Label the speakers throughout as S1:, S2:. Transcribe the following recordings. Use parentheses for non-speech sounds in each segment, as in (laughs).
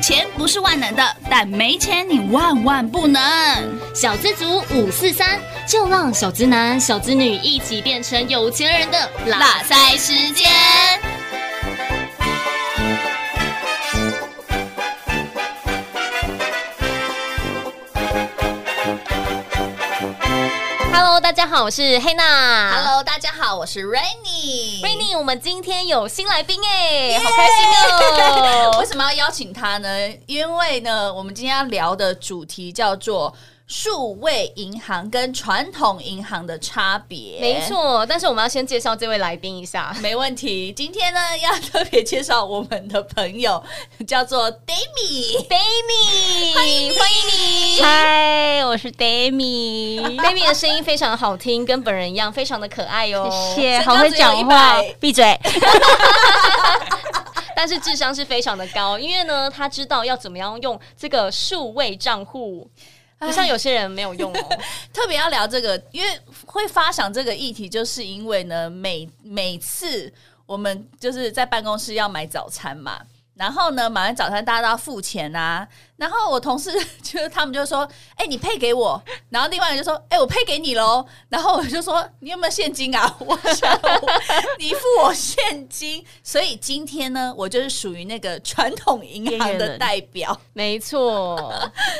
S1: 钱不是万能的，但没钱你万万不能。
S2: 小资族五四三，就让小资男、小资女一起变成有钱人的
S1: 拉塞时间。
S2: Hello，大家好，我是黑娜。
S1: Hello，大家好，我是 Rainy。
S2: Rainy，我们今天有新来宾
S1: 耶
S2: 哎、好开心
S1: (laughs)
S2: 哦、
S1: 为什么要邀请他呢？因为呢，我们今天要聊的主题叫做数位银行跟传统银行的差别。
S2: 没。错，但是我们要先介绍这位来宾一下。
S1: 没问题，今天呢要特别介绍我们的朋友，叫做 Dami。
S2: Dami，欢迎欢
S1: (laughs)
S2: 迎你。
S3: 嗨，我是 Demi，
S2: Dami 的声音非常好听，跟本人一样，非常的可爱哦。
S3: 谢谢，
S1: 身高
S3: 好会
S1: 只有
S3: 讲话
S1: 100，
S3: 闭嘴。
S2: 但是智商是非常的高，因为呢，他知道要怎么样用这个数位账户，不像有些人没有用哦。
S1: 特别要聊这个，因为会发想这个议题，就是因为呢，每每次我们就是在办公室要买早餐嘛，然后呢，买完早餐大家都要付钱啊，然后我同事就是他们就说：“哎、你配给我。”然后另外一个就说：“哎、我配给你喽。”然后我就说：“你有没有现金啊？ (laughs) 我想我你付我现金。”所以今天呢，我就是属于那个传统银行
S3: 边缘
S1: 的
S3: 人
S1: 代表。
S2: 没错，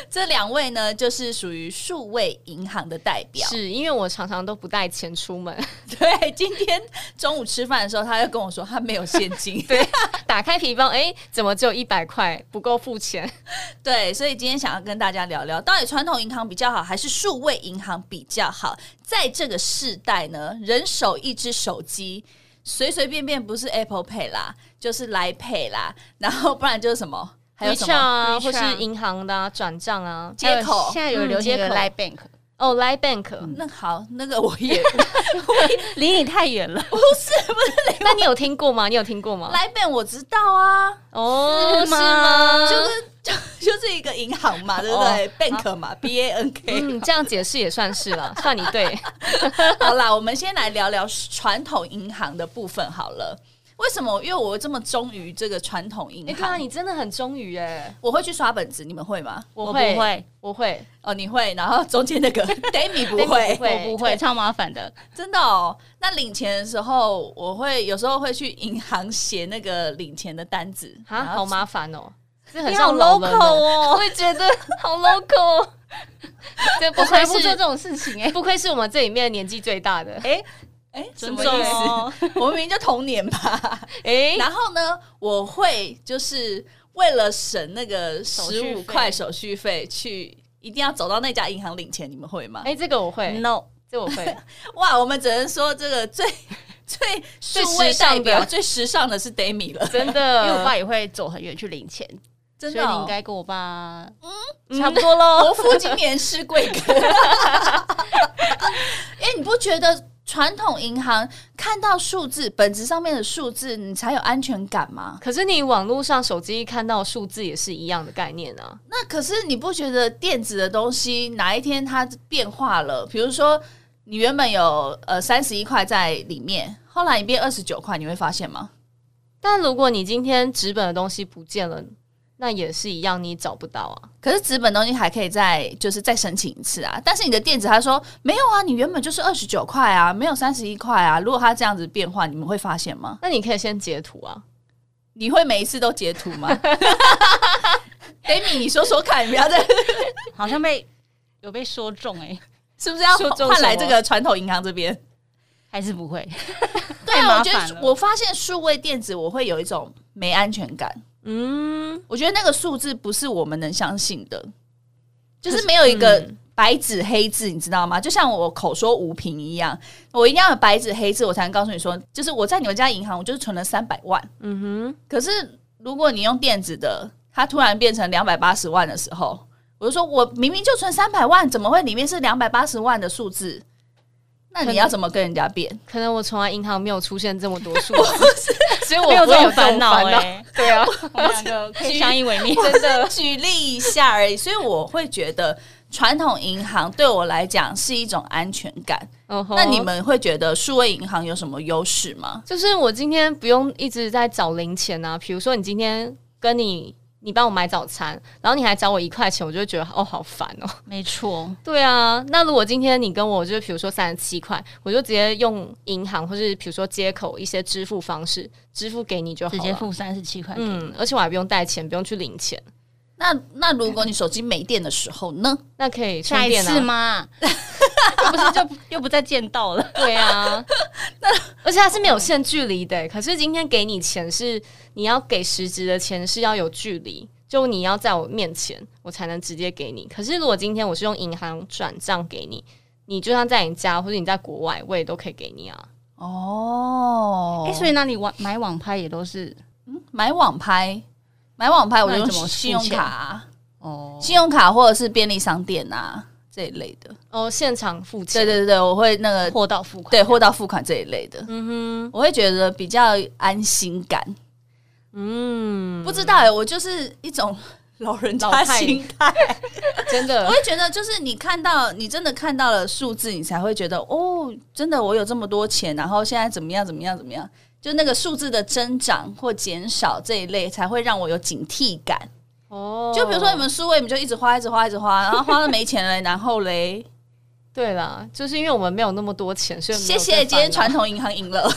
S1: 这两位呢，就是属于数位银行的代表。
S2: 是因为我常常都不带钱出门， (laughs)
S1: (laughs) 对，今天中午吃饭的时候，他就跟我说他没有现金。 (laughs) 对
S2: 打开皮包，哎、怎么只有一百块，不够付钱？
S1: 对，所以今天想要跟大家聊聊，到底传统银行比较好，还是数位银行比较好？在这个世代呢，人手一只手机，随随便便不是 Apple Pay 啦，就是来 Pay 啦，然后不然就是什么，还有什
S2: WeChat
S1: 么？
S2: 啊，
S3: WeChat
S2: 或是银行的啊，转账啊，
S1: 接口
S3: 呃
S1: 嗯
S3: 现在有流
S2: 嗯
S3: 行的
S2: 接口
S3: Line Bank，
S2: 哦，Line Bank，、
S1: 那好，那个我也 (laughs)
S3: 离你太远了，
S2: 那你有听过吗？你有听过吗？
S1: 来 Bank 我知道啊，
S2: (laughs) 哦，
S3: 是
S2: 是
S3: 吗哦
S1: (laughs)
S2: 吗？
S1: 就是就就是一个银行嘛，对不对、b a n k 嘛，B A N K。
S2: (laughs) 嗯，这样解释也算是了，算你对。
S1: (laughs) 好啦，我们先来聊聊传统银行的部分好了。为什么？因为我这么忠于这个传统银
S2: 你看、
S1: 行，
S2: 你真的很忠于哎，
S1: 我会去刷本子，你们会吗？
S2: 我
S3: 我
S2: 会，
S3: 不会，
S2: 我会，
S1: 哦，你会，然后中间那个 (laughs) Demi 不
S2: Demi
S1: 会，
S2: 不会
S3: (laughs) 我不会，超麻烦的。
S1: 真的哦。那领钱的时候，我会有时候会去银行写那个领钱的单子，
S2: 啊，
S1: 然
S2: 好
S1: 后？
S2: 麻烦哦，这很
S3: 你
S2: 像
S3: 好
S2: 老人
S3: local
S2: 哦。(laughs)
S3: 哦，
S2: 我也觉得好 local，哦这不
S3: 我
S2: 愧
S3: 才不做这
S2: 是
S3: 种事情哎。
S2: (laughs) 不愧是我们这里面年纪最大的。
S3: 哎，
S1: 哎、什
S3: (laughs) 尊
S1: 么
S3: 重
S1: 意思？
S3: 哦，
S1: 我们明明就同年吧。
S2: 哎，
S1: 然后呢，我会就是为了省那个十
S3: 续
S1: 五
S3: 费
S1: 块手续费，去一定要走到那家银行领钱，你们会吗？
S2: 哎，这个我会，
S3: No，
S2: 这我会。
S1: 哇，我们只能说这个 (laughs) 最最
S2: 最
S1: 数位
S2: 时尚
S1: 代
S2: 的
S1: 表、最时尚的是 Demi (laughs) 了，
S2: 真
S3: 因为我
S2: 的，
S3: 爸也会走很远去领钱，
S1: 真
S3: 所
S1: 的
S3: 以
S1: 哦、
S3: 你应该跟我爸
S2: 嗯
S3: (laughs) 差不多喽。
S1: 伯父今年是贵 (laughs) 哥。哎、你不觉得传统银行看到数字本质上面的数字，你才有安全感吗？
S2: 可是你网络上手机看到数字也是一样的概念啊。
S1: 那可是你不觉得电子的东西哪一天它变化了？比如说你原本有呃三十一块在里面，后来你变二十九块，你会发现吗？
S2: 但如果你今天纸本的东西不见了，那也是一样，你找不到啊。
S1: 可是纸本东西还可以再就是再申请一次啊，但是你的电子他说没有啊，你原本就是二十九块啊，没有三十一块啊。如果他这样子变化，你们会发现
S3: (laughs)
S1: 吗？
S2: 那你可以先截图啊。
S1: 你会每一次都截图吗 (laughs) ？Demi，你说说看，你不要再
S3: 好像被有被说中哎，
S1: 是不是要
S2: 说中
S1: 换来
S2: 什
S1: 这
S2: 么
S1: 个传统银行这边？
S3: 还是不会。
S1: 对
S3: (laughs) 太
S1: 啊，
S3: 麻
S1: 我觉
S3: 烦
S1: 得
S3: 了
S1: 我发现数位电子我会有一种没安全感，
S2: 嗯，
S1: 我觉得那个数字不是我们能相信的，就是没有一个
S2: 嗯
S1: 白纸黑字，你知道吗？就像我口说无凭一样，我一定要有白纸黑字，我才能告诉你说，就是我在你们家银行，我就是存了三百万。
S2: 嗯哼，
S1: 可是如果你用电子的，它突然变成两百八十万的时候，我就说我明明就存三百万，怎么会里面是两百八十万的数字？那你要怎么跟人家辩？
S2: 可能我从来银行没有出现这么多数，所以我
S3: (laughs) 没有
S2: 不会有
S3: 这种烦恼
S2: 这种
S3: (laughs) 哎，
S2: 对啊，
S3: 我们两个可以相依为命。
S1: (laughs) 真的 (laughs) 举例一下而已，所以我会觉得传统银行对我来讲是一种安全感。
S2: 嗯哼
S1: 那你们会觉得数位银行有什么优势吗？
S2: 就是我今天不用一直在找零钱啊，比如说你今天跟你你帮我买早餐，然后你还找我一块钱，我就会觉得哦好烦哦。
S3: (laughs)
S2: (laughs)
S3: 没错，
S2: 对啊，那如果今天你跟我就是比如说三十七块，我就直接用银行或是比如说接口一些支付方式支付给你就好
S3: 直
S2: 了。
S3: 接付三十七块给你。
S2: 嗯，而且我还不用带钱，不用去领钱，
S1: 那那如果你手机没电的时候呢？
S2: 那可以充
S3: 下一
S2: 电
S3: 次
S2: 啊。
S3: 嘛， (laughs) 又不是就又不再见到了。
S2: 对
S1: (laughs)
S2: 啊，而且它是没有限距离的。欸可是今天给你钱是你要给实质的钱是要有距离，就你要在我面前，我才能直接给你。可是如果今天我是用银行转账给你，你就算在你家或者你在国外，我也都可以给你啊。
S1: 哦
S3: (laughs) 哎、所以那你网买网拍也都是
S1: 买网拍，买网拍我就
S3: 那你
S1: 用
S3: 怎么付
S1: 信用
S3: 钱
S1: 卡啊、
S3: 哦，
S1: 信用卡或者是便利商店啊这一类的。
S2: 哦，现场付
S1: 对
S2: 钱，
S1: 对对对，我会那个
S3: 货到付款。
S1: 对货到付款这一类的，
S2: 嗯哼，
S1: 我会觉得比较安心感。
S2: 嗯，
S1: 不知道哎、我就是一种老人
S2: 老
S1: 家
S2: 派
S1: 心态，
S2: 真
S1: 我
S2: 的，
S1: 会觉得就是你看到你真的看到了数字，你才会觉得哦，真的我有这么多钱，然后现在怎么样怎么样怎么样，就那个数字的增长或减少这一类，才会让我有警惕感。
S2: 哦
S1: 就比如说你们数位，你们就一直花，一直花，一直花，然后花了没钱了，然后嘞，
S2: 对啦，就是因为我们没有那么多钱，所以没
S1: 谢
S2: 有
S1: 谢
S2: 这
S1: 今天
S2: 烦
S1: 传
S2: 恼，
S1: 统银行赢了。 (laughs)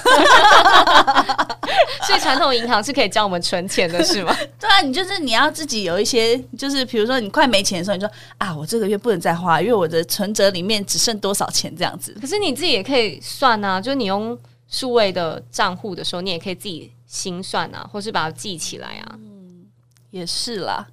S2: 所以传统银行是可以教我们存钱的，是吗？
S1: 对啊，你就是你要自己有一些，就是比如说你快没钱的时候，你说啊，我这个月不能再花，因为我的存折里面只剩多少钱这样子。
S2: 可是你自己也可以算啊，就是你用数位的账户的时候，你也可以自己心算啊，或是把它记起来啊。
S1: 也是啦，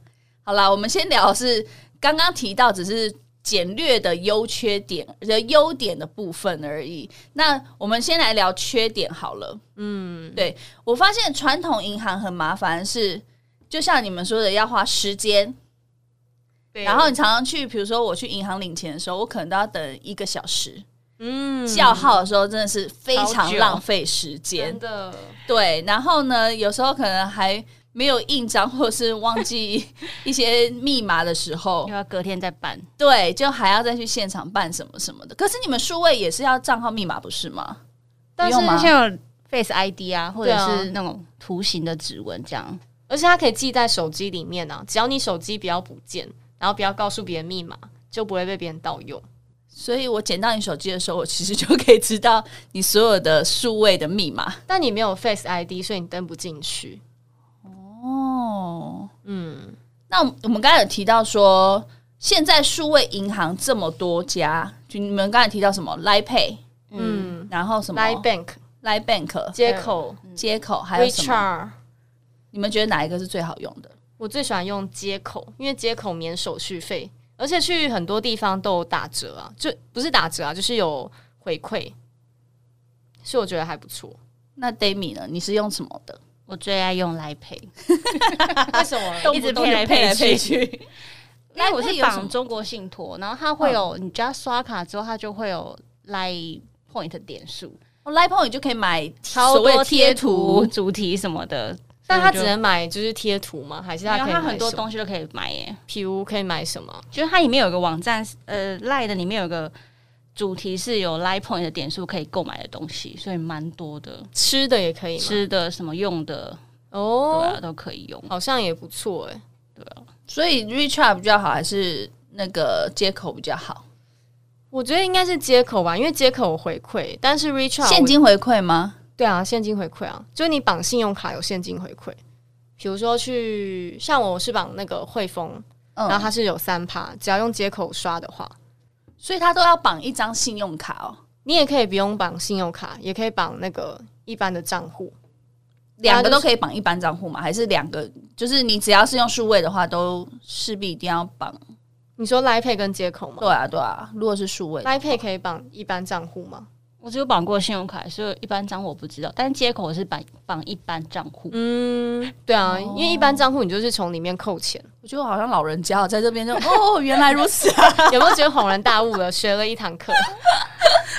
S1: 好啦，我们先聊的是刚刚提到只是简略的优缺点的优点的部分而已。那我们先来聊缺点好了。嗯，对我发现传统银行很麻烦是。就像你们说的，要花时间，
S2: 对
S1: 然后你常常去，比如说我去银行领钱的时候，我可能都要等一个小时。
S2: 嗯
S1: 叫号的时候真的是非
S3: 好
S1: 常
S3: 久
S1: 浪费时间
S2: 真。的
S1: 对，然后呢，有时候可能还没有印章，或者是忘记一些密码的时候
S3: 又，要隔天再办，
S1: 对，就还要再去现场办什么什么的。可是你们数位也是要账号密码不是吗？
S3: 但
S1: 但
S3: 是
S1: 是
S3: 像有 Face ID 啊，或
S2: 对
S3: 者
S2: 啊
S3: 是那种图形的指纹这样。
S2: 而且它可以记在手机里面啊，只要你手机不要不见，然后不要告诉别人密码，就不会被别人盗用。
S1: 所以我捡到你手机的时候，我其实就可以知道你所有的数位的密码。
S2: 但你没有 Face ID，所以你登不进去。
S1: 哦，
S2: 嗯，
S1: 那我们刚才有提到说，现在数位银行这么多家，就你们刚才提到什么 Line Pay，
S3: 嗯，
S2: 嗯
S1: 然后什么
S2: ，Line Bank
S1: Line Bank
S2: 接口
S1: 接口，还有什么？
S2: ，WeChat，
S1: 你们觉得哪一个是最好用的？
S2: 我最喜欢用接口，因为接口免手续费，而且去很多地方都有打折啊，就不是打折啊，就是有回馈，所以我觉得还不错。
S1: 那 Dami 呢？你是用什么的？
S3: 我最爱用来配，
S2: (laughs) 为什 (laughs) 么？
S3: 一直配来配去。
S1: 去。
S3: (laughs) 因为我
S1: 来
S3: 是
S1: 配有什
S3: 绑
S1: 么
S3: 中国信托，然后它会有，你只要刷卡之后，它就会有 Line Point 点数，
S1: 哦 Line Point 你就可以买
S3: 超
S1: 所谓
S3: 多
S1: 的
S3: 贴
S1: 贴
S3: 图、，主题什么的。
S2: 但他只
S3: 所以我就
S2: 能买就是贴图吗？还是
S3: 没
S2: 他
S3: 有
S2: 可以
S3: 它
S2: 买
S3: 很多
S2: 什么，
S3: 东西都可以买耶，
S2: 譬如可以买什么？
S3: 就是它里面有个网站，呃，Line 的里面有个主题是有 Line Point 的点数可以购买的东西，所以蛮多的，
S2: 吃的也可以吗？
S3: 吃的什么用的，对
S2: 哦，
S3: 啊，都可以用。
S2: 好像也不错哎、
S1: 所以 Richard 比较好，还是那个接口比较好？
S2: 我觉得应该是接口吧，因为接口有回馈，但是 recharge
S1: 现金回馈吗？
S2: 对啊，现金回馈啊，就是你绑信用卡有现金回馈，比如说去像我是绑那个汇丰，然后
S1: 嗯，
S2: 它是有三趴，只要用接口刷的话，
S1: 所以他都要绑一张信用卡哦，
S2: 你也可以不用绑信用卡，也可以绑那个一般的账户。
S1: 两个都可以绑一般账户吗？还是两个？就是你只要是用数位的话，都势必一定要绑。
S2: 你说 Line Pay 跟接口吗
S1: 对啊，对啊，如果是数位的话
S2: ？Line Pay 可以绑一般账户吗？
S3: 我只有绑过信用卡，所以一般账户我不知道，但是接口我是绑绑一般账户。
S2: 嗯，对啊，
S1: 哦
S2: 因为一般账户你就是从里面扣钱， (laughs)
S1: 我觉得我好像老人家哦在这边 (laughs) 就哦，原来如此啊！
S2: 有没有觉得恍然大悟了？学了一堂
S1: (laughs)
S2: 课，(laughs)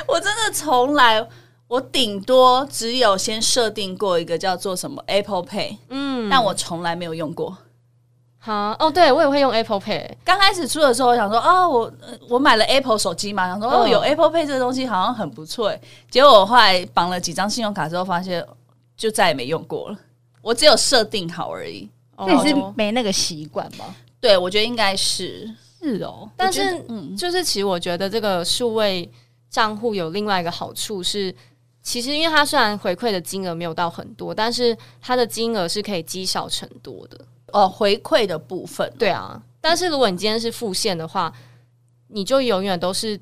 S1: 我真的从来，我顶多只有先设定过一个叫做什么 Apple Pay，
S2: 嗯，
S1: 但我从来没有用过。
S2: 好哦，对我也会用 Apple Pay，
S1: 刚开始出的时候，我想说啊、哦，我呃我买了 Apple 手机嘛，想说哦，
S2: 嗯
S1: 有 Apple Pay 这个东西好像很不错欸。结果我后来绑了几张信用卡之后，发现就再也没用过了。我只有设定好而已，
S3: 那你是
S2: 哦
S3: 没那个习惯吗？
S1: 对，我觉得应该是，
S3: 是哦，
S2: 但
S1: 我觉
S2: 是
S1: 得嗯，
S2: 就是其实我觉得这个数位账户有另外一个好处是，其实因为它虽然回馈的金额没有到很多，但是它的金额是可以积少成多的。
S1: 哦，回馈的部分，
S2: 对啊，但是如果你今天是付现的话，你就永远都是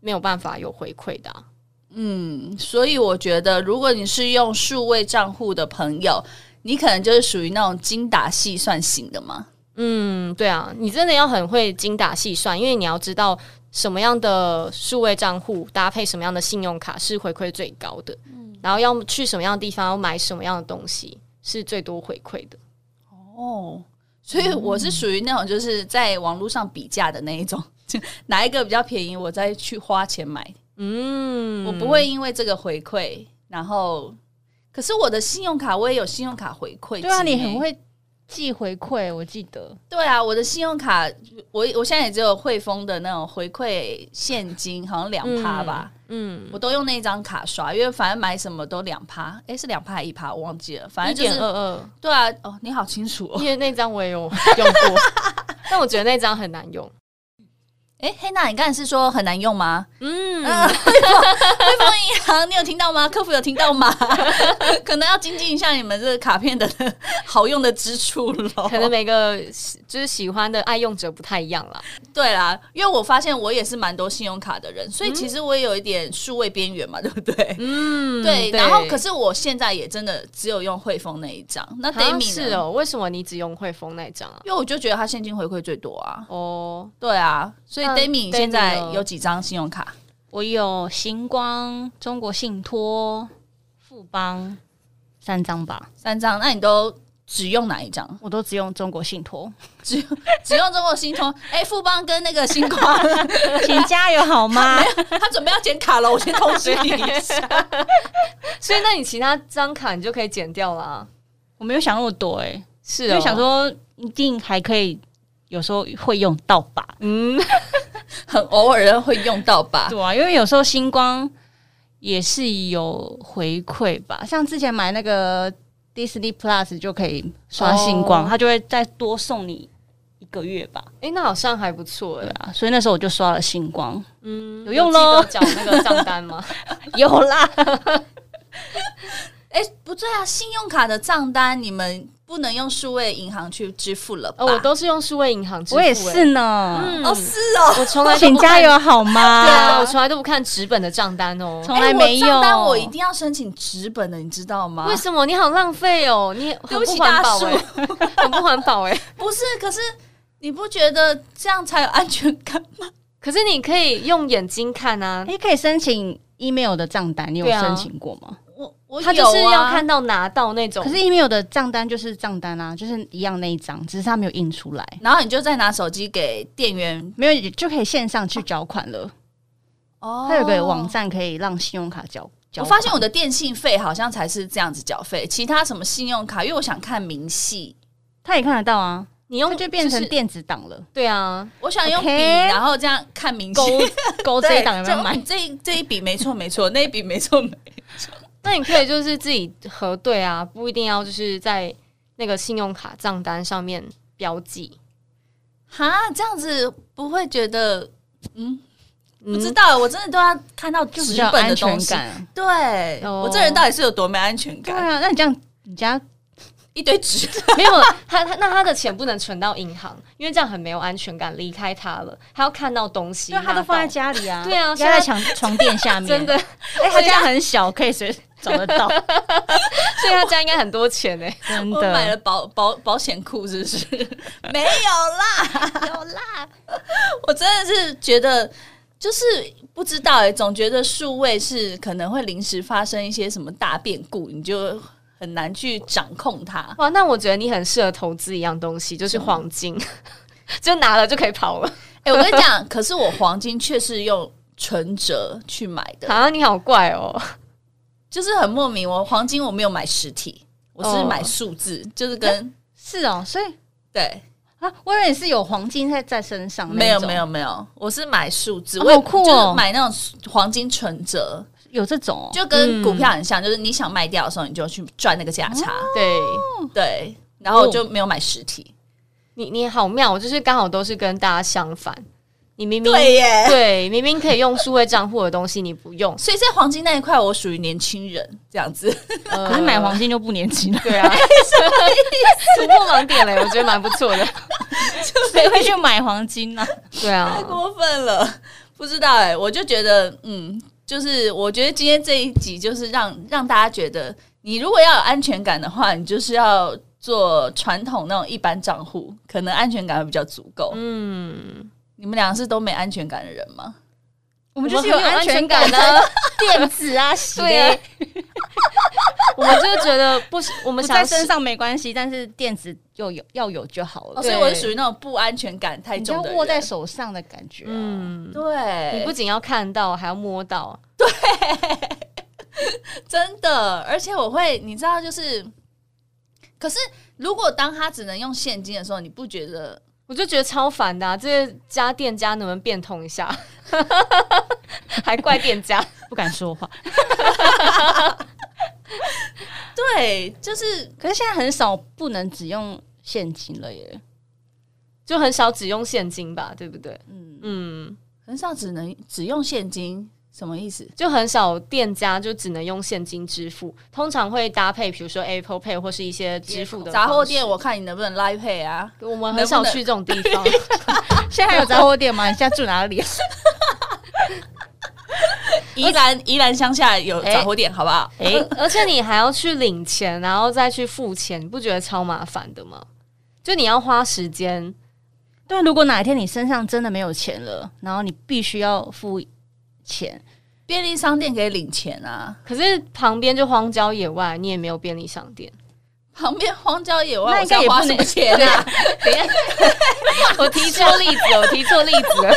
S2: 没有办法有回馈的啊、
S1: 嗯，所以我觉得，如果你是用数位账户的朋友，你可能就是属于那种精打细算型的嘛。
S2: 嗯，对啊，你真的要很会精打细算，因为你要知道什么样的数位账户搭配什么样的信用卡是回馈最高的，然后要去什么样的地方，要买什么样的东西是最多回馈的。
S1: 哦，所以我是属于那种就是在网络上比价的那一种， (laughs) 就哪一个比较便宜，我再去花钱买。
S2: 嗯
S1: 我不会因为这个回馈，然后，可是我的信用卡我也有信用卡回馈、欸
S3: 对啊，你很。会记回馈，我记得。
S1: 对啊，我的信用卡，我我现在也只有汇丰的那种回馈现金，好像两趴吧。
S2: 嗯，
S1: 我都用那一张卡刷，因为反正买什么都两趴，诶，是两趴还一趴，我忘记了，反
S2: 一
S1: 正就
S2: 点
S1: 是
S2: 二二，
S1: 对啊，哦，你好清楚哦
S2: 因，为那张我也有用过，但我觉得那张很难用。
S1: 诶，哎黑娜，你刚才是说很难用吗？啊
S2: 嗯，
S1: (laughs) 汇丰银行，你有听到吗？客服有听到吗？ (laughs) 可能要精进一下你们这个卡片的 (laughs) 好用的之处喽。
S2: 可能每个就是喜欢的爱用者不太一样啦。
S1: 对啦，因为我发现我也是蛮多信用卡的人，所以其实我也有一点数位边缘嘛，对不对？
S2: 嗯，
S1: 对，然后可是我现在也真的只有用汇丰那一张，那 d a
S2: 啊
S1: m i
S2: 是，哦，为什么你只用汇丰那张啊？
S1: 因为我就觉得它现金回馈最多啊。
S2: 哦，
S1: 对啊，所以
S2: 那
S1: d a m i
S2: 嗯 Demi 哦
S1: 现在
S2: 呢
S1: 有几张信用卡？
S3: 我有星光、中国信托、富邦三张吧，
S1: 三张，那你都只用哪一张？
S3: 我都只用中国信 (laughs) 托，
S1: 只用中国信托？哎、富邦跟那个星光，
S3: 请加油好 (laughs) 吗？
S1: 他准备要剪卡了，我先通知你一下。
S2: 所以那你其他张卡你就可以剪掉啦。
S3: 我没有想那么多哎、欸，
S2: 是哦
S3: 因为想，说一定还可以，有时候会用到吧？
S2: 嗯，
S1: 很偶尔会用到吧？
S3: 对啊，因为有时候星光也是有回馈吧，像之前买那个 Disney Plus 就可以刷星光，
S2: 哦
S3: 它就会再多送你一个月吧。
S2: 哎、那好像还不错
S3: 对
S2: 哎、
S3: 啊，所以那时候我就刷了星光， (laughs)
S2: 嗯，
S3: 有用
S2: 记得
S3: 咯
S2: 缴那个账单
S3: (laughs)
S2: 吗？
S3: 有啦，
S1: 哎、不对啊，信用卡的账单你们不能用数位银行去支付了吧？
S2: 哦，我都是用数位银行支付、
S3: 我
S2: 诶
S3: 也是，呢。
S2: 嗯，
S1: 哦是哦，
S2: 我从来都
S3: 欸请
S2: 不看
S3: 加，油好吗？
S2: 对啊，我从来都不看纸本的账单哦。
S3: 从来没有。
S1: 哎我账单我一定要申请纸本的，你知道
S3: 啊
S1: 吗
S2: 为？什么你好浪费哦？你
S1: 对
S2: 很
S1: 不
S2: 不
S1: 起
S2: 环保
S1: 大
S2: 哎、很不环保哎、
S3: (laughs)
S1: 不是，可是你不觉得这样才有安全感
S2: (laughs)
S1: 吗？
S2: 可是你可以用眼睛看啊，
S3: 哎，可以申请 email 的账单，你有
S2: 对啊
S3: 申请过吗？
S1: 我我
S2: 他
S1: 有
S2: 就是要
S1: 啊
S2: 看到拿到那种。
S3: 可是 email 的账单就是账单啊，就是一样那一张，只是它没有印出来，
S1: 然后你就再拿手机给店员
S3: 没有就可以线上去缴款了。
S1: 哦
S3: 它有个网。站可以让信用卡缴。缴
S1: 我
S3: 款
S1: 发现我的电信费好像才是这样子缴费，其他什么信用卡，因为我想看明细，
S3: 它也看得到啊，
S2: 你
S3: 它
S2: 用
S3: 就变成
S2: 是
S3: 电子档了。
S2: 对
S3: (laughs)
S2: 啊，
S1: 我想用笔
S3: OK
S1: 然后这样看明细。 (laughs)
S3: 勾
S1: 对
S3: 这一档有没有
S1: 就
S3: 买
S1: 嗯？这一这一笔没错没错，那一笔没错没
S2: 那你可以就是自己核对啊，不一定要就是在那个信用卡账单上面标记。
S1: 哈，这样子不会觉得
S2: 嗯
S1: 不知道，我真的都要看到
S3: 就比
S1: 纸
S3: 较有
S1: 本的
S3: 安
S1: 东
S3: 全
S1: 西。
S3: 感。
S1: 对、
S2: 哦
S1: 我这人到底是有多没安全
S3: 对
S1: 感？
S3: 啊，那你这样，你家
S1: 一堆纸，
S2: 没有他他那他的钱不能存到银行，因为这样很没有安全感，离开他了，他要看到东西，
S3: (laughs) 因为它都放在
S2: 拿到。
S3: 家里啊， (laughs)
S2: 对啊
S3: 压在床床垫下面。
S2: 真的，， (laughs)
S3: 哎，他家很小，可以随 (laughs) 时找得到。
S2: 所以他家应该很多钱呢、
S3: 真
S1: 我买了
S3: 的，
S1: 保保保险库，是不是？
S3: (laughs)
S1: 没有啦，有啦，我真的是觉得就是不知道哎、总觉得数位是可能会临时发生一些什么大变故，你就很难去掌控它。
S2: 哇，那我觉得你很适合投资一样东西，就是黄金， (laughs) 就拿了就可以跑了。
S1: 哎、我跟你
S3: (laughs)
S1: 讲，可是我黄金却是用存折去买的，
S2: 啊，你好怪哦！
S1: 就是很莫名。我黄金我没有买实体，我是
S2: 哦
S1: 买数字，就是跟
S3: 是哦，所以
S1: 对，
S3: 啊，我以为是有黄金在在身上，
S1: 没有没，有没有，我是买数字，
S3: 哦
S1: 我也
S3: 好酷哦
S1: 就是买那种黄金存折，
S3: 有这种哦，
S1: 就跟股票很像，就是你想卖掉的时候，你就去赚那个价差，
S2: 对，
S1: 对。然后就没有买实体。
S2: 你你好妙，我就是刚好都是跟大家相反。你明明
S1: 对耶，。
S2: 对明明可以用数位账户的东西，你不用
S1: 所以在黄金那一块，我属于年轻人这样子。
S2: 呃
S3: (laughs) 可是买黄金就不年轻 (laughs) 了，
S2: 对啊，突破盲点嘞，我觉得蛮不错的。
S3: 谁会去买黄金呢、
S2: 对啊
S1: 太，过分了，不知道哎、我就觉得，嗯，就是我觉得今天这一集就是让让大家觉得，你如果要有安全感的话，你就是要做传统那种一般账户，可能安全感会比较足够。
S2: 嗯，
S1: 你们俩是都没安全感的人吗？
S3: 我
S2: 我
S3: 们就是有
S2: 很
S3: 安全感 (laughs)
S2: 啊
S3: 的电子啊，洗
S2: 对
S3: 的
S2: 啊， (laughs) 我们就是觉得不是，我
S3: (laughs) 不
S2: 们
S3: 在
S2: 想
S3: 身上没关系，但是电子就有要有就好
S1: 哦，
S3: 了，
S1: 所以
S2: 对
S1: 我是属于那种不安全感太
S3: 你就
S1: 重的人。
S3: 握在手上的感觉、嗯，
S2: 嗯，
S1: 对，
S2: 你不仅要看到，还要摸到，
S1: 真的，而且我会，你知道，就是，可是如果当他只能用现金的时候，你不觉得？
S2: 我就觉得超烦的、啊。这些家店家能不能变通一下？ (laughs) 还怪店家，
S3: 不敢说话。
S1: 对，就是
S3: 可是现在很少不能只用现金了耶，
S2: 就很少只用现金吧，对不对？
S3: 嗯，
S2: 嗯，
S1: 很少只能只用现金，什么意思？
S2: 就很少店家就只能用现金支付，通常会搭配比如说 Apple Pay 或是一些支付的
S1: 杂货店，
S2: 方
S1: 我看你能不能拉配啊？
S2: 式。我们很少去这种地
S1: (laughs)
S2: 方，
S3: 啊现在还有哦杂货店吗？你现在住哪 (laughs) 里？
S1: 宜兰宜兰乡下有
S3: 哎
S1: 杂货店，好不好？
S3: 哎、
S2: 而且你还要去领钱，然后再去付钱，你不觉得超麻烦的吗？就你要花时间，
S3: 对，啊如果哪一天你身上真的没有钱了，然后你必须要付钱，
S1: 便利商店可以领钱啊，
S2: 可是旁边就荒郊野外，你也没有便利商店。
S1: 旁边荒郊野外，我
S3: 那应
S1: 是
S3: 该
S1: 要
S3: 也
S1: 花
S3: 不
S1: 什
S3: 能
S1: 么钱啊？
S2: 等一下，我提错例子，我提错例
S1: (laughs)
S2: 子了。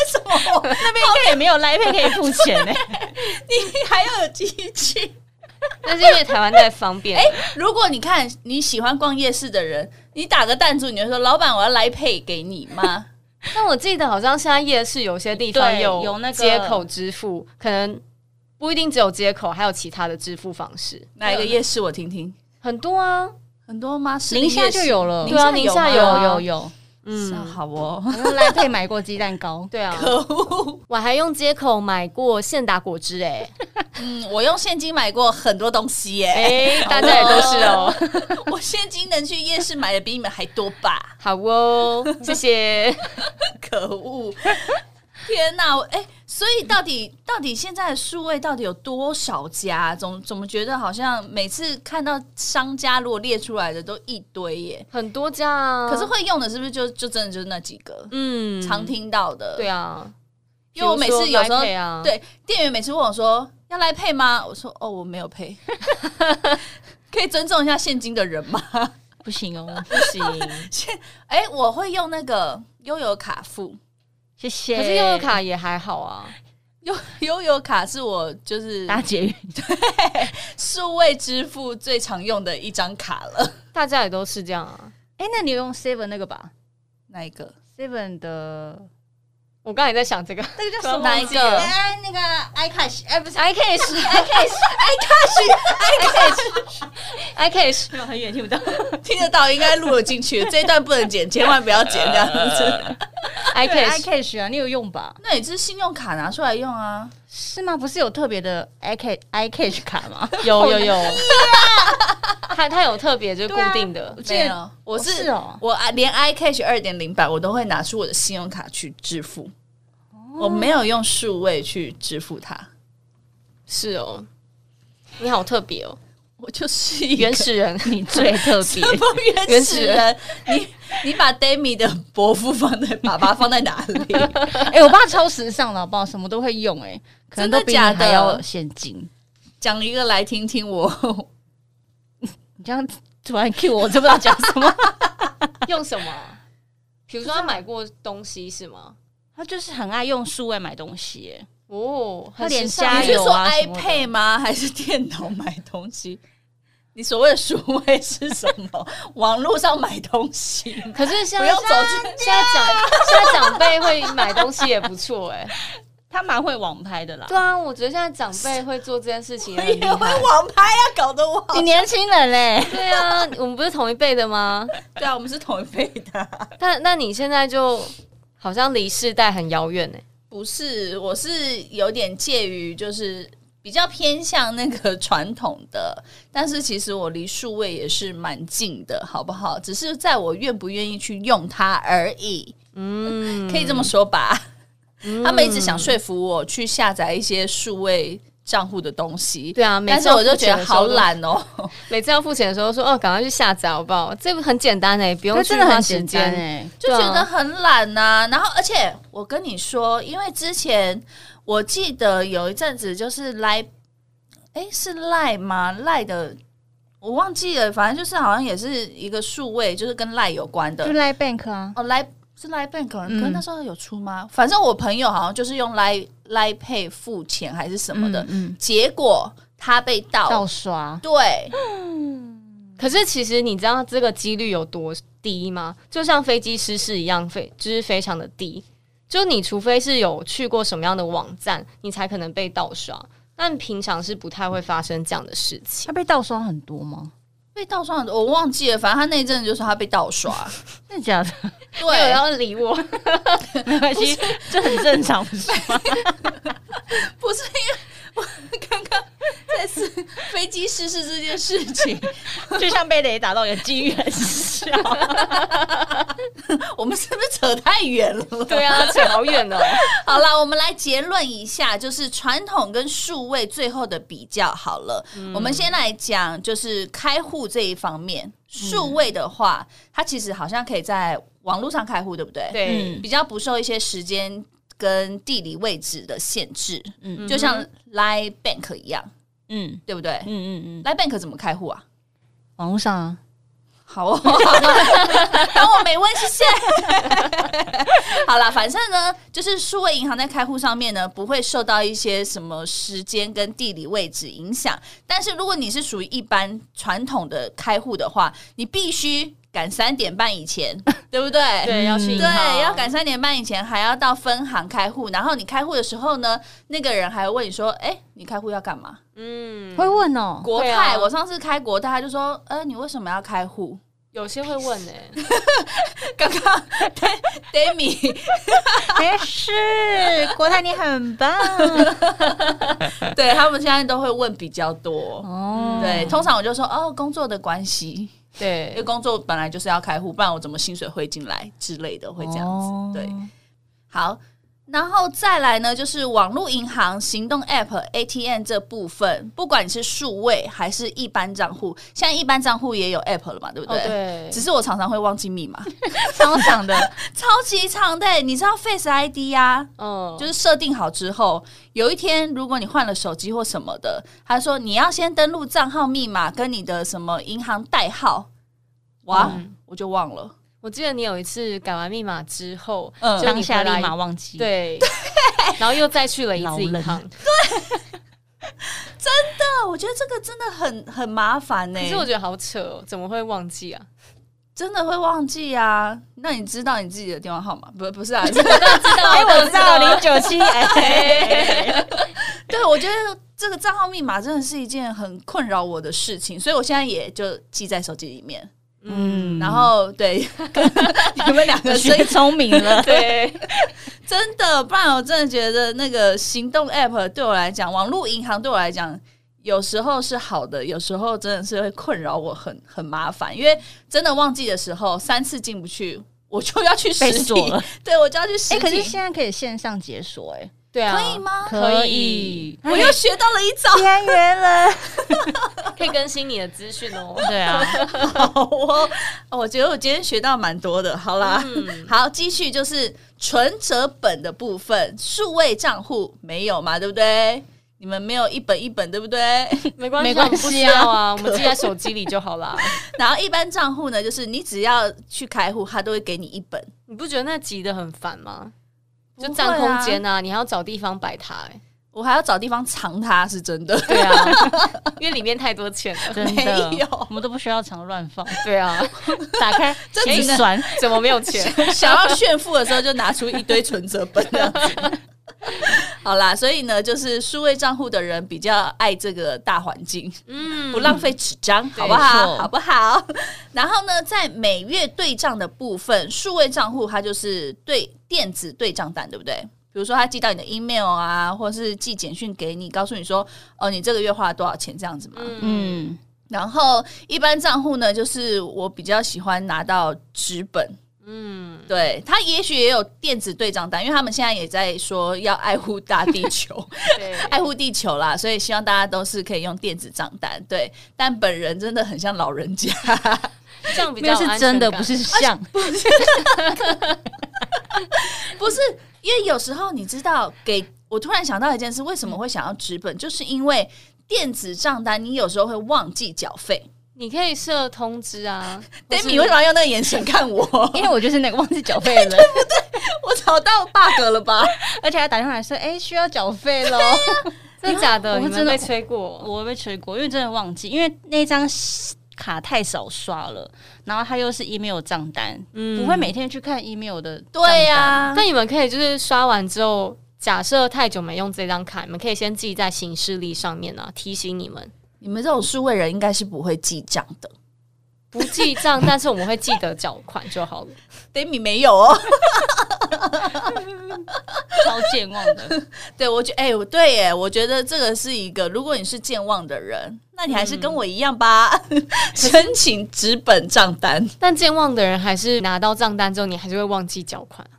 S3: 那边应该也没有来配可以付钱 (laughs) 呢、
S1: 还要有机器。
S2: 但是因为台湾太方便，哎、
S1: 如果你看你喜欢逛夜市的人，你打个弹珠，你就说老板，我要来配给你吗？
S2: 但我记得好像现在夜市有些地方
S3: 对
S2: 有
S3: 有那个
S2: 接口支付，可能不一定只有接口，还有其他的支付方式，
S1: 哪一个夜市我听听？
S2: 很多啊。
S1: 很多吗？士林
S3: 宁夏
S1: 夜市
S3: 就有了，
S1: 宁夏
S2: 对啊宁夏
S1: 吗
S2: 有
S3: 有有有，
S1: 是啊
S2: 嗯，，
S1: 好哦，
S3: 我用来配买过鸡蛋糕
S2: 对啊，
S1: 可恶。
S2: 我还用接口买过现打果汁、欸，
S1: 嗯，我用现金买过很多东西耶、
S2: 哎、 (laughs) 大家也都是哦，
S1: (laughs) 我现金能去夜市买的比你们还多吧？
S2: 好哦， (laughs) 谢谢。
S1: 可恶！天哪，我哎、所以到底到底现在的数位到底有多少家？总怎么觉得好像每次看到商家如果列出来的都一堆耶，
S2: 很多家啊，
S1: 可是会用的是不是就就真的就是那几个、
S2: 嗯
S1: 常听到的？
S2: 对啊，
S1: 因为我每次有时候
S2: 比如说 Line Pay 啊，
S1: 对，店员每次问我说要来配吗？我说哦，我没有配。 (laughs) 可以尊重一下现金的人吗？
S3: 不行哦，
S2: 不行。
S1: 哎、我会用那个悠游卡付， (laughs)
S3: 谢谢。
S2: 可是悠游卡也还好啊，
S1: 悠悠游卡是我就是
S3: 打捷运，
S1: 数位支付最常用的一张卡了。 (laughs)
S2: 大家也都是这样啊。
S3: 哎、那你有用 Seven 那个吧
S1: 哪一个？
S3: ？Seven 的
S2: 我刚才也在想这 (laughs) 个
S3: 那个叫
S2: 什么哪一个
S3: 哎，那个 iCash，哎，不是
S2: i c a
S3: (laughs)
S2: s h i c a s h
S3: 没有很远听不到。
S1: 听得到应该录了进去， (laughs) 这一段不能剪，千万不要剪这样
S3: (laughs)
S1: 子。
S2: i c a s h
S3: iCash 啊，你有用吧？
S1: 那你是信用卡拿出来用啊？
S3: 是吗？不是有特别的 iCash iCash 卡吗？
S2: 有有有， (laughs) 它它有特别就是固
S3: 对啊
S2: 定的，
S3: 记得
S1: 没有，我是,、
S3: 是哦
S1: 我啊连 iCash 二点零版我都会拿出我的信用卡去支付，
S3: 哦
S1: 我没有用数位去支付它，
S2: 是哦。你好特别哦，
S1: 我就是一个
S2: 原始人，
S3: 你最特别，
S1: (laughs) 原始人。你你把 Demi 的伯父放在爸爸放在哪 (laughs) 里？
S3: 哎、我爸超时尚的，好不好？什么都会用、哎，可能都比
S1: 真的
S3: 你
S1: 假
S3: 还
S1: 的
S3: 要现金。
S1: 讲一个来听听我。
S3: 你这样突然 Q 我，我真不知道讲什么。
S2: 用什么啊？ (laughs) 比如说他买过东西是吗？
S3: 他就是很爱用数位买东西、哎
S2: 哦，很
S3: 他连
S2: 时尚
S3: 加
S1: 你是
S3: 油
S1: 说
S3: 啊什么的
S1: iPad 吗？还是电脑买东西？你所谓的数位是什 (laughs) 么？网络上买东西吗
S2: 可是现
S1: 不
S2: 在
S1: 用
S2: 现在现在长现在长辈会买东西也不错哎、
S3: 他他蛮会网拍的啦。
S2: (laughs) 对啊，我觉得现在长辈会做这件事情也
S1: 哎我
S2: 很厉
S1: 也
S2: 害
S1: 会。网拍啊，搞得我
S3: 你年轻人嘞、
S2: 对啊，我们不是同一辈的吗？
S1: 对啊，我们是同一辈的。
S2: 但那你现在就好像离世代很遥远哎呢。
S1: 不是，我是有点介于，就是比较偏向那个传统的，但是其实我离数位也是蛮近的，好不好？只是在我愿不愿意去用它而已，
S2: 嗯，
S1: 可以这么说吧。
S2: 嗯
S1: 他们一直想说服我去下载一些数位账户的东西，
S2: 对啊，每
S1: 但
S2: 次
S1: 是
S2: 要
S1: 我就觉
S2: 付钱
S1: 得
S2: 的时候
S1: 好
S2: 都，
S1: 懒哦。
S2: 每次要付钱的时候说哦，赶快去下载好不好？这很简单哎，不用
S3: 这
S2: 去
S3: 真的
S2: 花
S3: 很
S2: 时
S3: 简单
S2: 间。
S3: 哎、
S1: 就觉得很懒呐、然后，而且我跟你说，因为之前我记得有一阵子就是赖，诶，是赖吗？赖的我忘记了，反正就是好像也是一个数位，就是跟赖有关
S3: 就
S1: 的。
S3: Line Bank 啊，
S1: 哦，赖是赖 bank，可能、
S3: 嗯
S1: 可能那时候有出吗？反正我朋友好像就是用赖赖 pay 付钱还是什么的，
S3: 嗯，嗯
S1: 结果他被盗。
S3: 盗刷，
S1: 对，
S2: 可是其实你知道这个几率有多低吗？就像飞机失事一样，非就是非常的低。就你除非是有去过什么样的网站，你才可能被盗刷。但平常是不太会发生这样的事情。
S3: 他被盗刷很多吗？
S1: 被盗刷很多，我忘记了。反正他那一阵子就说他被盗
S3: (laughs)
S1: 刷，
S3: 真的假的？
S1: 对，
S2: 没有人要理我，
S3: 没关系，这很正常，不是吗？
S1: 不是因为我刚刚在是飞机失事这件事情，
S3: (laughs) 就像被雷打到，有机遇很小。
S1: (laughs) 我们是不是扯太远了？
S2: 对啊，扯好远哦。
S1: 好啦，我们来结论一下，就是传统跟数位最后的比较好了。我们先来讲，就是开户这一方面，数位的话，它其实好像可以在网络上开户，对不对？，嗯
S2: 对，
S1: 比较不受一些时间跟地理位置的限制，
S3: 嗯
S2: 嗯
S1: 就像 Line Bank 一样，
S3: 嗯
S1: 对不对、
S3: 嗯嗯嗯，
S1: l i n e Bank 怎么开户啊？
S3: 网络上啊，
S1: 好
S2: (laughs)
S1: 哦，当我没问谢谢。好啦，反正呢，就是数位银行在开户上面呢，不会受到一些什么时间跟地理位置影响。但是如果你是属于一般传统的开户的话，你必须赶三点半以
S2: (laughs)
S1: 前，对不对？
S2: 对，要去银行
S1: 对，要赶三点半以前，还要到分行开户。然后你开户的时候呢，那个人还会问你说：“哎、你开户要干嘛？”
S2: 嗯，
S3: 会问哦、
S1: 国
S2: 对
S1: 泰，
S2: 啊
S1: 我上次开国泰，他就说：“呃，你为什么要开户？”
S2: 有些会问欸呢、
S1: 刚刚 Demi (laughs)
S3: 没事，国泰你很棒 (laughs)
S1: 对他们现在都会问比较多。
S3: 哦。
S1: 对，通常我就说哦，工作的关系， (laughs) 因为
S2: 对，
S1: 工作本来就是要开户，不然我怎么薪水会进来之类的，会这样子。
S3: 哦
S1: 对，
S3: (laughs)
S1: 好，然后再来呢，就是网络银行、行动 App、ATM 这部分，不管你是数位还是一般账户，现在一般账户也有 App 了嘛，对不
S2: 哦
S1: 对？
S2: 对，
S1: 只是我常常会忘记密码，
S3: 超长的，
S1: 超级长的，你知道 Face 啊 ID 呀、
S2: 嗯，
S1: 就是设定好之后，有一天如果你换了手机或什么的，他说你要先登录账号密码跟你的什么银行代号，哇，
S2: 嗯
S1: 我就忘了。
S2: 我记得你有一次改完密码之后，
S1: 嗯
S2: 就
S3: 当
S2: 你
S3: 下
S2: 回来
S3: 立马忘记。，
S2: 对，然后又再去了一
S3: 老
S2: 次银
S3: 人
S2: 行。
S1: 啊，我觉得这个真的很很麻烦呢、
S2: 可是我觉得好扯哦，怎么会忘记啊？
S1: 真的会忘记啊。那你知道你自己的电话号码？不，不是啊。 (laughs)
S2: 知道
S3: 哎，我知道零九七， (laughs) 哎，
S1: 对，我觉得这个账号密码真的是一件很困扰我的事情，所以我现在也就记在手机里面。
S2: 嗯，。
S1: 然后对， (laughs) 你们两个声音
S3: 学聪明了 (laughs)
S2: 对，
S1: (laughs) 真的，不然我真的觉得那个行动 app 对我来讲，网络银行对我来讲，有时候是好的，有时候真的是会困扰我很，很麻烦。因为真的忘记的时候，三次进不去，我就要去实
S3: 被
S1: 体
S3: 锁了，
S1: 对我就要去实体。
S3: 哎，可是现在可以线上解锁，哎，
S2: 对啊，
S1: 可以？吗？
S2: 可
S3: 可
S2: 以
S3: 以，
S1: 我又学到了一
S3: (laughs)
S1: 招，
S3: 签约了。
S2: 可以更新你的资讯哦。
S3: 对啊，
S1: 好哦，我觉得我今天学到蛮多的。好啦，好，继续就是存折本的部分，数位账户没有嘛，对不对？你们没有一本一本，对不对？
S2: (laughs) 没关系，
S3: 没关系啊
S2: 我们不需要啊，我们记在手机里就好啦。
S1: 然后一般账户呢，就是你只要去开户，他都会给你一本。
S2: 你不觉得那急得很烦吗？就
S1: 不会啊
S2: 占空间啊，你还要找地方摆它，哎，
S1: 我还要找地方藏它，是真的。
S2: 对啊，因为里面太多钱
S3: (laughs)
S2: 了。
S3: 真的
S1: 没有，
S3: 我们都不需要常乱放， (laughs)
S2: 对啊，
S3: 打开
S1: 这
S3: 一
S1: 只能
S3: 酸。
S1: (laughs)
S2: 怎么没有钱？
S1: 想要炫富的时候，就拿出一堆存折本这样子。好啦，所以呢，就是数位账户的人比较爱这个大环境，
S2: 嗯
S1: 不浪费纸张，好不
S3: 没
S1: 好？
S3: 错
S1: 好不好？然后呢，在每月对账的部分，数位账户它就是对电子对账单，对不对？比如说，他寄到你的 email 啊，或是寄简讯给你，告诉你说，哦，你这个月花了多少钱这样子嘛。
S2: 嗯
S3: 嗯，
S1: 然后一般账户呢，就是我比较喜欢拿到纸本，
S2: 嗯，
S1: 对他也许也有电子对账单，因为他们现在也在说要爱护大地球，
S2: 对，
S1: 爱护地球啦，所以希望大家都是可以用电子账单。对，但本人真的很像老人家，
S2: 这样比较
S3: 那
S2: 有安
S3: 是
S2: 全
S3: 真的，
S2: 感
S3: 不是 (laughs) 像。
S1: (laughs) 不是因为有时候你知道，给我突然想到一件事，为什么会想要纸本，就是因为电子账单你有时候会忘记缴费。
S2: 你可以设通知啊。
S1: d a m
S2: 你
S1: 你为什么要用那个眼神看 (laughs) 我？
S3: 因为我就是那个忘记缴费 (laughs) 的人，
S1: 我找到 bug 了吧？
S3: 而且还打电话来说：“哎、需要缴费 (laughs) 喽。
S2: 真的假的？
S3: 我
S2: 你
S3: 们
S2: 们被
S3: 真的
S2: 催”过？
S3: 我被催过，因为真的忘记，因为那张卡太少刷了，然后它又是 email 账单，
S2: 嗯
S3: 不会每天去看 email 的。
S1: 对呀、
S3: 呀、
S2: 但你们可以就是刷完之后，假设太久没用这张卡，你们可以先记在行事历上面啊，提醒你们
S1: 你们这种数位人应该是不会记账的。
S2: 不记账， (laughs) 但是我们会记得缴款就好了。
S1: d a m 没有哦。
S3: 超健忘 (laughs) 的。
S1: 对，我觉哎、我对耶，我觉得这个是一个，如果你是健忘的人，那你还是跟我一样吧， (laughs) 申请纸本账单。
S2: 但健忘的人还是拿到账单之后，你还是会忘记缴款。啊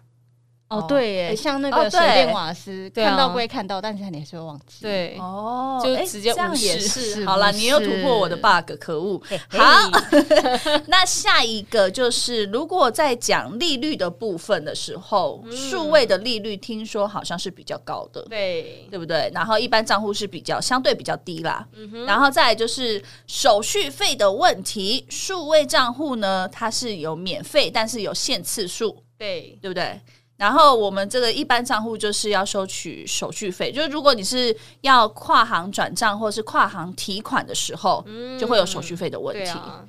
S3: 哦，对耶，像那
S1: 哦
S3: 个
S1: 对
S3: 水电瓦斯，
S2: 对啊
S3: 看到归看到，但是你还是会忘记。 (laughs)
S2: 对，
S1: 哦
S2: 就直接
S1: 这样
S2: 无视
S1: 也
S3: 是
S1: 是
S3: 不
S1: 好啦，你又突破我的
S3: 是
S1: bug，可恶。
S3: 嘿，
S1: 好
S3: 嘿
S1: 那下一个就是，如果在讲利率的部分的时候，数、位的利率听说好像是比较高的，
S2: 对，
S1: 对不对？然后一般账户是比较相对比较低啦，
S2: 嗯哼，
S1: 然后再来就是手续费的问题，数位账户呢，它是有免费，但是有限次数，
S2: 对，
S1: 对不对？然后我们这个一般账户就是要收取手续费，就是如果你是要跨行转账或是跨行提款的时候，
S2: 嗯
S1: 就会有手续费的问
S2: 对
S1: 题。
S2: 啊，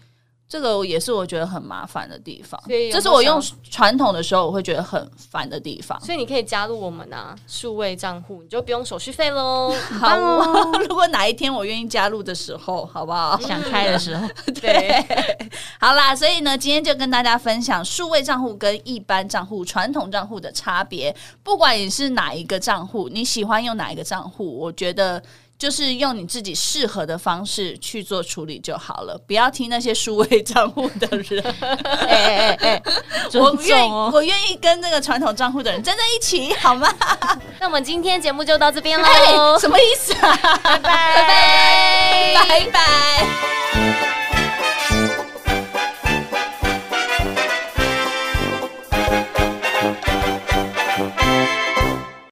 S1: 这个也是我觉得很麻烦的地方，
S2: 所以有
S1: 这是
S2: 没有
S1: 我用
S2: 想
S1: 传统的时候我会觉得很烦的地方。
S2: 所以你可以加入我们啊，数位账户，你就不用手续费 (laughs) 喽。
S1: 好啊， (laughs) 如果哪一天我愿意加入的时候，好不好？
S3: 想开的时候，
S2: 对，
S1: 好啦，所以呢，今天就跟大家分享数位账户跟一般账户、传统账户的差别。不管你是哪一个账户，你喜欢用哪一个账户，我觉得就是用你自己适合的方式去做处理就好了，不要听那些数位账户的人。
S3: (laughs) 哎哎哎哎，
S1: 我
S3: 尊
S1: 愿
S3: 重
S1: 意
S3: 哦。
S1: 我愿意跟这个传统账户的人站在一起，好吗？
S2: 那我们今天节目就到这 (laughs) 边
S1: 哎
S2: 喽，
S1: 什么意思啊？
S2: 拜拜拜
S1: 拜
S2: 拜。
S1: 拜。